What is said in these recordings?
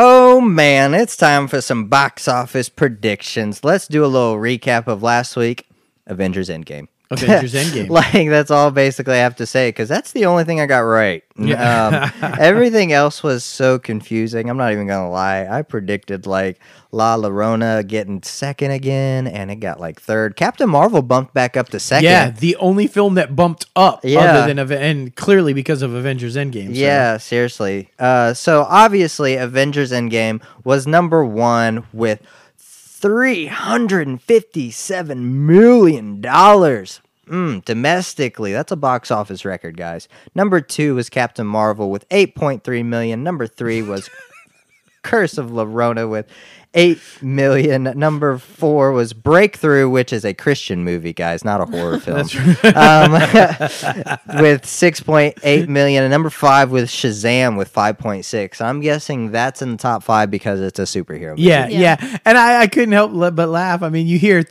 Oh, man, it's time for some box office predictions. Let's do a little recap of last week Avengers Endgame. Avengers Endgame. like, that's all basically I have to say because that's the only thing I got right. Yeah. Um, everything else was so confusing. I'm not even going to lie. I predicted like La Llorona getting second again, and it got like third. Captain Marvel bumped back up to second. yeah, the only film that bumped up Yeah. other than Aven- and clearly because of Avengers Endgame. so- Yeah, seriously. Uh, so obviously, Avengers Endgame was number one with three hundred and fifty-seven million dollars. Mm, domestically, that's a box office record, guys. Number two was Captain Marvel with eight point three million. Number three was Curse of Larona with eight million. Number four was Breakthrough, which is a Christian movie, guys, not a horror film. um, with six point eight million, and number five with Shazam with five point six. I'm guessing that's in the top five because it's a superhero. Movie. Yeah, Yeah. yeah, And I, I couldn't help la- but laugh. I mean, you hear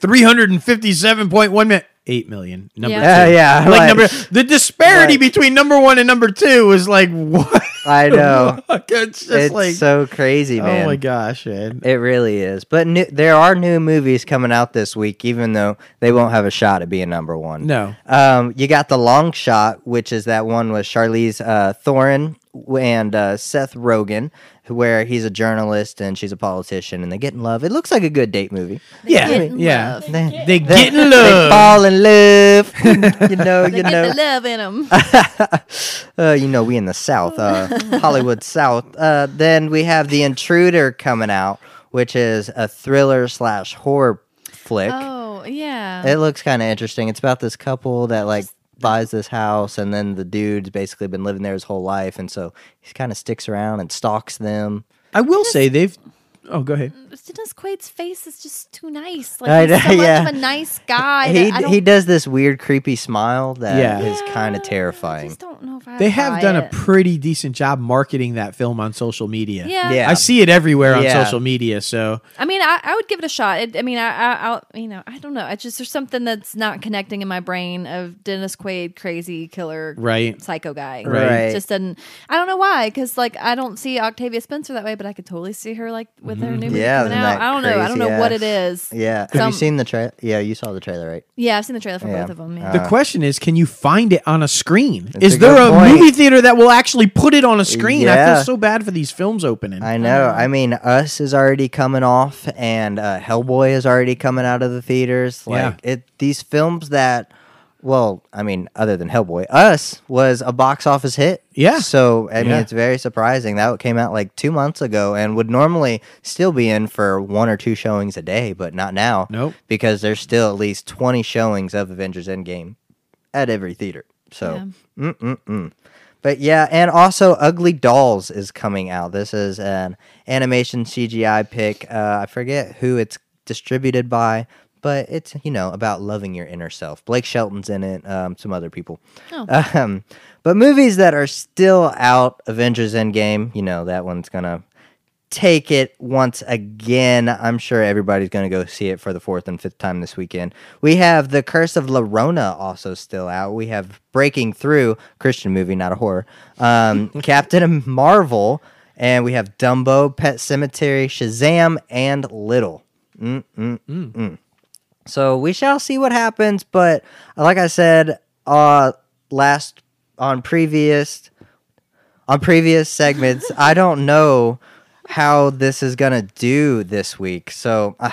357.1 mi- 8 million. Number Yeah. Uh, two. yeah, Like, like- number the disparity Right. between number one and number two was like what? I know. it's just It's like so crazy, man. oh my gosh, man. It really is. But new, there are new movies coming out this week, even though they won't have a shot at being number one. No. Um, you got the long shot, which is that one with Charlize uh, Theron and uh, Seth Rogen, who- where he's a journalist and she's a politician, and they get in love. It looks like a good date movie. Yeah, Get in yeah. love. They, They get They in love. fall in love. you know. They you get know the love in them. uh, you know, we in the South, uh, Hollywood South. Uh, then we have The Intruder coming out, which is a thriller slash horror flick. Oh yeah. It looks kind of interesting. It's about this couple that like buys this house, and then the dude's basically been living there his whole life, and so he kind of sticks around and stalks them. I will say they've Oh, go ahead. Dennis Quaid's face is just too nice. I Like he's know, so yeah. much of a nice guy. He that I don't, he does this weird, creepy smile that Yeah. is kind Yeah, of I terrifying. just don't know if I They have buy done a it. pretty decent job marketing that film on social media. Yeah. Yeah. I see it everywhere on Yeah. social media, so I mean, I, I would give it a shot. It, I mean, I, I, I'll, you know, I don't know. I just there's something that's not connecting in my brain of Dennis Quaid, crazy killer, Right. psycho guy. Right. It just doesn't. I don't know why, because like I don't see Octavia Spencer that way, but I could totally see her like with Mm-hmm. her new movie Yeah, coming and out. that I don't know. I don't know crazy what ass- it is. Yeah. Yeah. have Some- you seen the trailer? Yeah, you saw the trailer, right? I've seen the trailer for Yeah. Uh, both of them. Yeah. The question is, can you find it on a screen? That's a Is there good a point. movie theater that will actually put it on a screen? I Yeah. feel so bad for these films opening. I know. I mean, Us is already coming off, and uh, Hellboy is already coming out of the theaters. Like it, these films that, well, I mean, other than Hellboy, Us was a box office hit. Yeah. So I mean, Yeah. it's very surprising that came out like two months ago, and would normally still be in for one or two showings a day, but not now. Nope. Because there's still at least twenty showings of Avengers Endgame at every theater. So. Yeah. But yeah, and also Ugly Dolls is coming out. This is an animation CGI pick. Uh, I forget who it's distributed by, but it's you know about loving your inner self. Blake Shelton's in it, um, some other people. Um, but movies that are still out, Avengers Endgame. You know that one's gonna take it once again. I'm sure everybody's going to go see it for the fourth and fifth time this weekend. We have The Curse of Larona also still out. We have Breaking Through, Christian movie, not a horror. Um, Captain Marvel, and we have Dumbo, Pet Cemetery, Shazam, and Little. So we shall see what happens. But like I said, uh, last on previous on previous segments, I don't know how this is gonna do this week. So uh,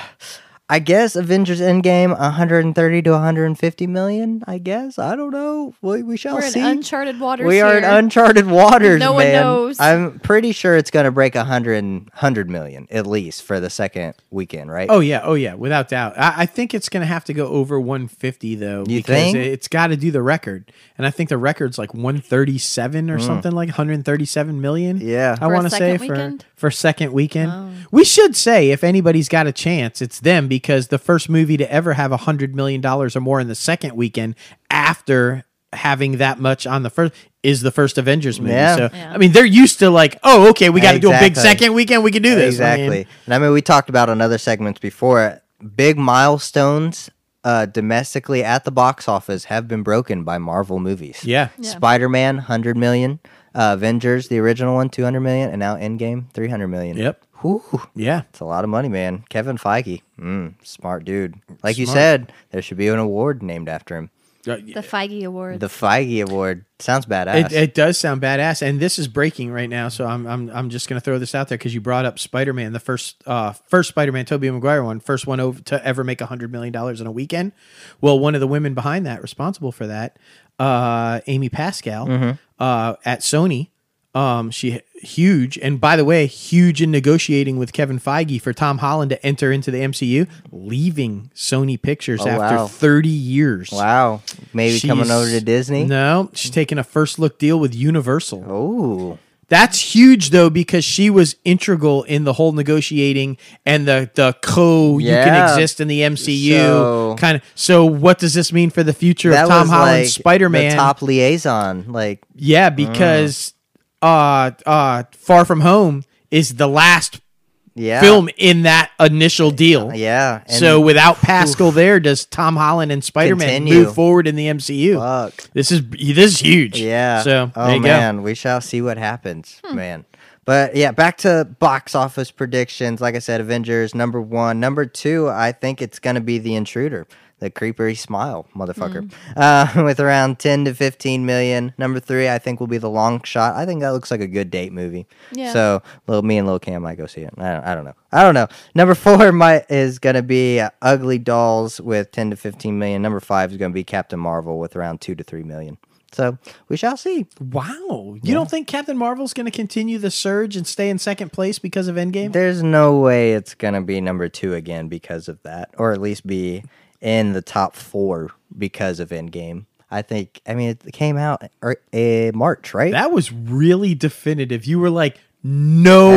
I guess Avengers Endgame 130 to 150 million. I guess I don't know. We, we shall We're in Oh, see. uncharted waters. we are in here. uncharted waters, No one man. knows. I'm pretty sure it's going to break 100, 100 million at least for the second weekend, right? Oh yeah, oh yeah, without doubt. I, I think it's gonna have to go over 150 though, You because think? it- it's got to do the record, and I think the record's like 137 or something like 137 million. Hmm. Yeah. I For a want to say second for weekend? Oh. for second weekend. We should say if anybody's got a chance, it's them because the first movie to ever have a hundred million dollars or more in the second weekend after having that much on the first is the first Avengers movie. Yeah. So Yeah. I mean, they're used to like, oh, okay, we got to do a big Exactly. second weekend. We can do this I mean, Exactly. and I mean, we talked about on other segments before. Big milestones uh, domestically at the box office have been broken by Marvel movies. yeah. Spider Man, 100 million. Uh, Avengers, the original one, 200 million. And now Endgame, 300 million. Yep. Whew. Yeah. It's a lot of money, man. Kevin Feige, mm, smart dude. Like you Smart. said, there should be an award named after him. Uh, The Feige Award. The Feige Award sounds badass. It, it does sound badass, and this is breaking right now. So I'm I'm, I'm just going to throw this out there because you brought up Spider Man, the first uh, first Spider Man, Tobey Maguire one, first one over, to ever make hundred million dollars in a weekend. Well, one of the women behind that, responsible for that, uh, Amy Pascal Mm-hmm. uh, at Sony. Um, she huge, and by the way, huge in negotiating with Kevin Feige for Tom Holland to enter into the MCU, leaving Sony Pictures after Oh, wow. thirty years. wow. Maybe coming She's- over to Disney. Oh. No, she's taking a first look deal with Universal. Ooh. That's huge though because she was integral in the whole negotiating and the the co you Yeah. can exist in the MCU So- kind of. So what does this mean for the future That of Tom was Holland's like Spider Man? The top liaison. Like, yeah, because uh uh Far From Home is the last yeah. film in that initial deal. Yeah. And so without Pascal there, does Tom Holland and Spider Man Continue. move forward in the MCU? fuck. This is this is huge. Yeah. So oh there you go. man, we shall see what happens, man. But yeah, back to box office predictions. Like I said, Avengers number one, number two. I think it's gonna be The Intruder, the creepery smile, motherfucker, uh, with around ten to fifteen million. Number three, I think will be The Long Shot. I think that looks like a good date movie. Yeah. So little me and little Cam might go see it. I don't, I don't know. I don't know. Number four might is gonna be uh, Ugly Dolls with ten to fifteen million. Number five is gonna be Captain Marvel with around two to three million. So we shall see. Wow. You don't think Captain Marvel's going to continue the surge and stay in second place because of Endgame? There's no way it's gonna be number two again because of that, or at least be in the top four because of Endgame. I think. I mean, it came out er, eh, March, right? that was really definitive. You were like, no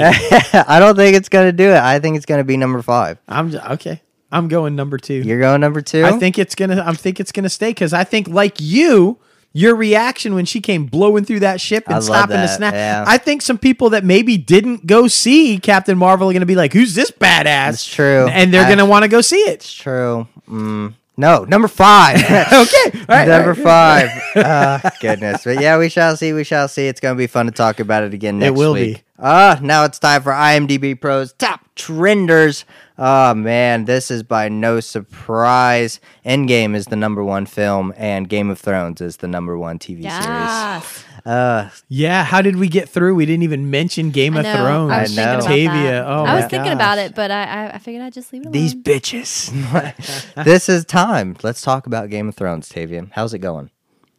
I don't think it's gonna do it. I think it's gonna be number five. I'm j- okay. I'm going number two. You're going number two. I think it's gonna. I think it's gonna stay because I think like you, your reaction when she came blowing through that ship I and love stopping to that, snap. yeah. I think some people that maybe didn't go see Captain Marvel are gonna be like, "Who's this badass?" That's true. and they're I- gonna want to go see it. it's true. Mm, no, number five. okay, all right. number five. Uh, goodness. But yeah, we shall see. We shall see. It's going to be fun to talk about it again next week. will be. Ah, now it's time for IMDb Pro's top trenders. Oh, man, this is by no surprise. Endgame is the number one film, and Game of Thrones is the number one TV series. Yes. Uh, Yeah, how did we get through? We didn't even mention Game I of know. Thrones. I was I know. thinking about Octavia. that. Oh, I my was thinking about gosh. it, but I, I, I figured I'd just leave it alone. these bitches. this is time. Let's talk about Game of Thrones, Tavian. How's it going?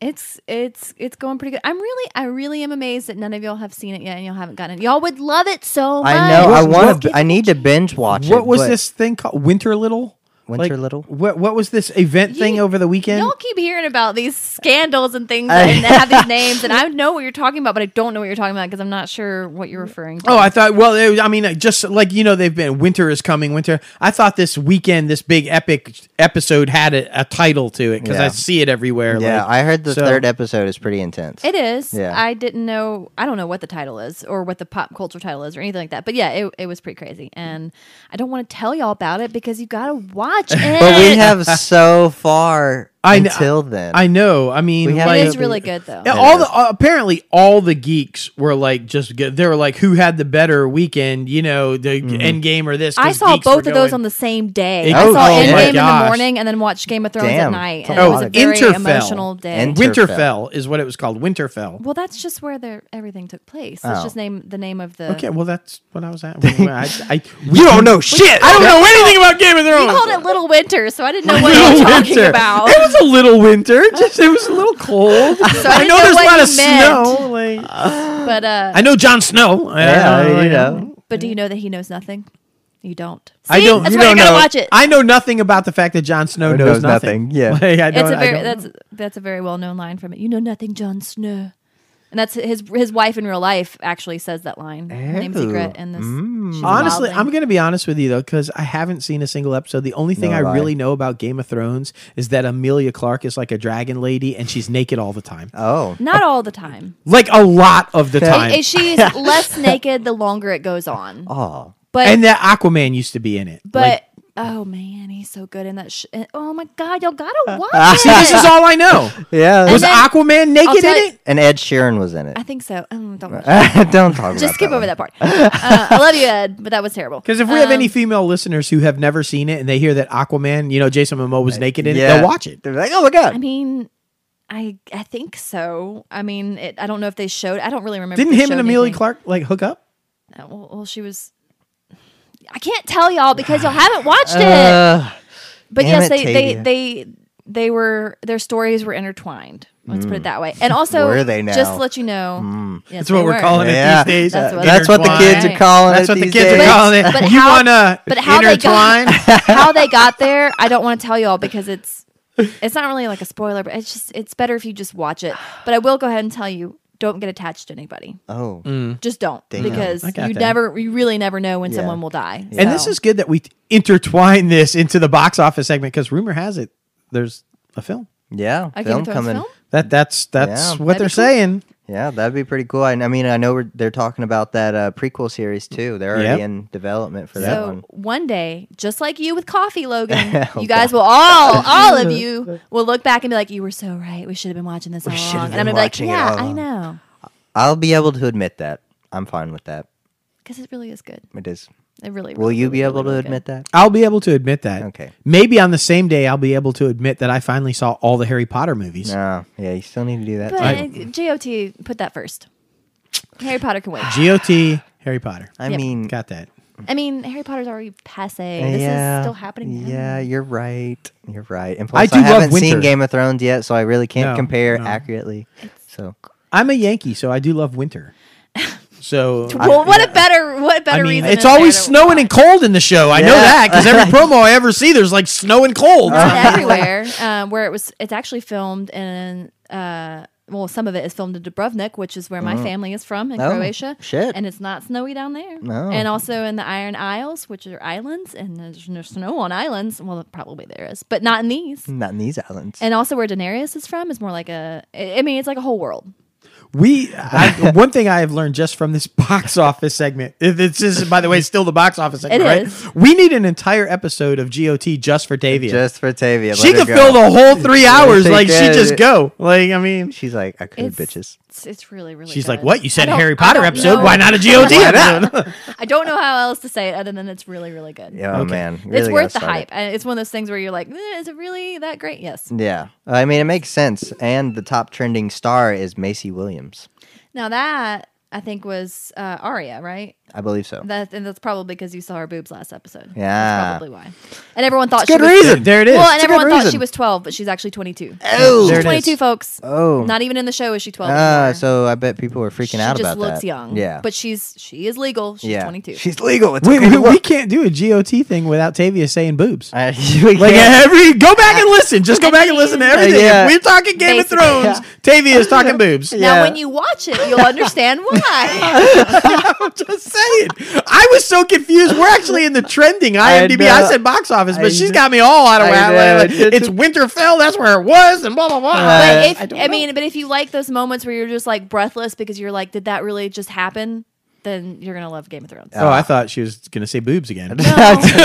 It's it's it's going pretty good. I'm really I really am amazed that none of y'all have seen it yet and y'all haven't gotten it. Y'all would love it so much. I know. I What- want what- to. I need to binge watch it. What was but this thing called? Winter Little. Winter Little? What What was this event You- thing over the weekend? Y'all keep hearing about these scandals and things and that have these names, and I know what you're talking about, but I don't know what you're talking about because I'm not sure what you're referring to. Oh, I thought. Well, it, I mean, just like you know, they've been winter is coming. Winter. I thought this weekend, this big epic episode had a, a title to it because Yeah. I see it everywhere. Yeah, like- I heard the so- third episode is pretty intense. It is. Yeah. I didn't know. I don't know what the title is or what the pop culture title is or anything like that. But yeah, it, it was pretty crazy, and I don't want to tell y'all about it because you gotta watch it. But we have so far I kn- until then. I know. I mean, We have- like, It is really good though. Yeah, all the uh, apparently all the geeks were like just good. they were like who had the better weekend, you know, the Mm-hmm. end game or this. I 'cause saw geeks were both of those going- on the same day. It I goes saw all day. Endgame in Gosh. the morning and then watched Game of Thrones Damn. at night. It's And a it was lot a of- very Interfell. emotional day. And- Winterfell is what it was called. Winterfell. well, that's just where their everything took place. That's Oh. just name the name of the. Okay, well that's what I was at. I, I, you don't know shit. I don't know anything about Game of You Thrones. called uh, it Little Winter, so I didn't know what you were Little talking winter. about. It was a little winter. Just it was a little cold. I I didn't know know there's a what lot you of snow. Like, But uh, I know Jon Snow. I Yeah, don't you know. but do you know that he knows nothing? You don't. I See? don't. That's you why don't you gotta know. watch it. I know nothing about the fact that Jon Snow knows, knows nothing, yeah. Like, I don't. It's a I very don't- that's that's a very well known line from it. You know nothing, Jon Snow. And that's his his wife in real life actually says that line. Her name's Oh, Ew. Secret and this mm. she's a wild Honestly, thing. I'm going to be honest with you though, because I haven't seen a single episode. The only thing No I lie. really know about Game of Thrones is that Amelia Clark is like a dragon lady, and she's naked all the time. Oh, not all the time. Like a lot of the time. It- it- she's less naked the longer it goes on. oh, But and that Aquaman used to be in it. but Like, Oh man, he's so good in that. Sh- and- oh my god, y'all gotta watch See, this is it. all I know. Yeah. Was then- Aquaman I'll naked tell in you- it? and Ed Sheeran was in it. I think so. Um, don't watch it. Don't talk about just skip that one. over that part. Uh, I love you, Ed, but that was terrible. Um, Because if we have any female listeners who have never seen it and they hear that Aquaman, you know, Jason Momoa Uh, was naked in it, they'll watch it. They're like, oh my god. I mean, I I think so. I mean, it, I don't know if they showed. I don't really remember. Didn't if they him showed and Amelia anything. Clark like hook up? Uh, Well, well, she was. I can't tell y'all because y'all haven't watched it. Uh, but damn yes, it, they, they Tadia. they they were their stories were intertwined. Let's put it that way. And also, Mm. Were they now? Mm. Just to let you know, yes, That's what they we're were. calling yeah. it these days. That's what- That's what the kids are Right. calling That's it what the these kids days. are calling it. But you how- wanna but how they got- intertwine? How they got there, I don't want to tell y'all because it's it's not really like a spoiler, but it's just it's better if you just watch it. But I will go ahead and tell you, don't get attached to anybody. Oh, Just don't because I you got that. never you really never know when Yeah. someone will die. And this So- is good that we intertwine this into the box office segment because rumor has it there's a film. yeah. a Game film of Thrones coming. film. That that's that's Yeah. what That'd they're be cool. saying. Yeah, that'd be pretty cool. I, I mean, I know we're, they're talking about that uh, prequel series too. They're already Yep. in development for that So one. Oh, one day, just like you with coffee, Logan, you guys will all, all of you will look back and be like, "You were so right. We should have been watching this all should have along." And been I'm gonna be like, watching it "Yeah, all I along." know, I'll be able to admit that. I'm fine with that. because it really is good. It is. It really. Will really, you really, be really, able to really good. admit that? I'll be able to admit that. Okay. Maybe on the same day I'll be able to admit that I finally saw all the Harry Potter movies. No. Yeah, you still need to do that. But too. uh, GOT put that first. Harry Potter can wait. GOT Harry Potter. I yep. mean, Got that. I mean, Harry Potter's already passe. This yeah, is still happening. now. Yeah, you're right. You're right. And plus, I I, do love haven't winter. seen Game of Thrones yet, so I really can't No, compare no. accurately. So I'm a Yankee, so I do love winter. So Well, what a better, what better I mean, reason? it's is always there to snowing and cold in the show. I know Yeah. that because every promo I ever see, there's like snow and cold. Uh, not everywhere. Um, where it was, it's actually filmed in. Uh, well, some of it is filmed in Dubrovnik, which is where my family is from in Oh, Croatia. shit. and it's not snowy down there. No. and also in the Iron Isles, which are islands, and there's no snow on islands. Well, probably there is, but not in these. not in these islands. And also where Daenerys is from is more like a. I I mean, it's like a whole world. We I, one thing I have learned just from this box office segment. it- It's just, by the way, still the box office segment, It right? is. We need an entire episode of GOT just for Tavia. Just for Tavia, she let her could go. fill the whole three hours. take Like she that. just go. Like I mean, She's like, I could, It's bitches. It's, it's really really. she's good. like, "What? You said I a don't- Harry I Potter don't episode? know- Why not a GOT episode?" I don't know how else to say it other than it's really really good. Yeah, oh, man, it's really worth gotta the start it. hype. And It's one of those things where you're like, eh, is it really that great? Yes. Yeah, I mean, it makes sense. And the top trending star is Macy Williams. Now that I think was uh, Aria, right? I believe so. That and that's probably because you saw her boobs last episode. Yeah. that's probably why. And everyone thought she Good was, reason. There it is. Well, and It's a good everyone thought she reason. was 12, but she's actually 22. oh, There she's it is. 22, folks. oh, Not even in the show is she 12. ah, anymore. so I bet people are freaking she out just about looks that. young. Yeah, but she's she is legal. She's yeah, 22. She's legal. It's we, okay we, to work. Uh, we can't do a GOT thing without Tavia saying boobs. I- we Like can't. every, go back and listen. Just go back and listen to everything. Yeah. If we're talking Game Basically. of Thrones, Tavia is talking boobs. Now, yeah. when you watch it, you'll understand why. I'm just saying. I was so confused. We're actually in the trending I IMDb. I, know. said box office, but I she's know. got me all out of I whack. Like, know. like, it's Winterfell. That's where it was, and blah blah blah. but Uh, if, I, mean, but if you like those moments where you're just like breathless because you're like, did that really just happen? Then you're gonna love Game of Thrones. oh, I thought she was gonna say boobs again.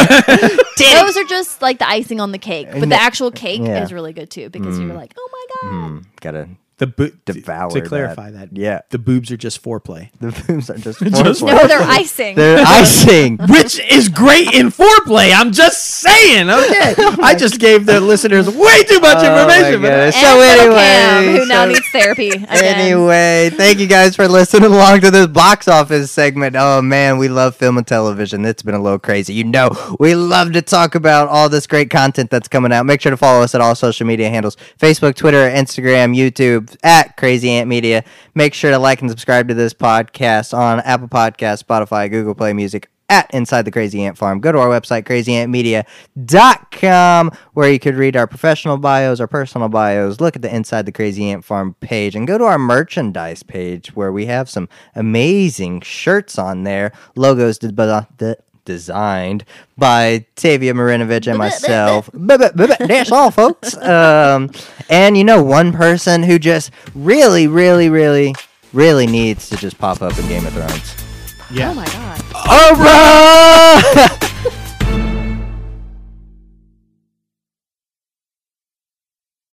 Those are just like the icing on the cake, but the actual cake Yeah. Mm. is really good too because you're like, oh my god. Hmm, gotta The bo- devour. To clarify that, Yeah, the boobs are just foreplay, the boobs are just. Just- foreplay. No, they're icing. They're icing. which is great in foreplay. I'm just saying. Okay, I just gave the listeners way too much Oh my information. but goodness. And So Phil Cam, anyway, who now so- needs therapy again. Anyway, thank you guys for listening along to this box office segment. Oh man, we love film and television. It's been a little crazy. You know, we love to talk about all this great content that's coming out. Make sure to follow us at all social media handles Facebook, Twitter, Instagram, YouTube, at Crazy Ant Media. Make sure to like and subscribe to this podcast on Apple Podcasts, Spotify, Google Play Music, at Inside the Crazy Ant Farm. Go to our website, crazyantmedia.com, where you could read our professional bios, our personal bios, look at the Inside the Crazy Ant Farm page, and go to our merchandise page where we have some amazing shirts on there, logos de- de- de- designed by Tavia Marinovich and myself. That's all, folks. Um, and you know, one person who just really, really, really, really needs to just pop up in Game of Thrones. Yeah. Oh my god. All right.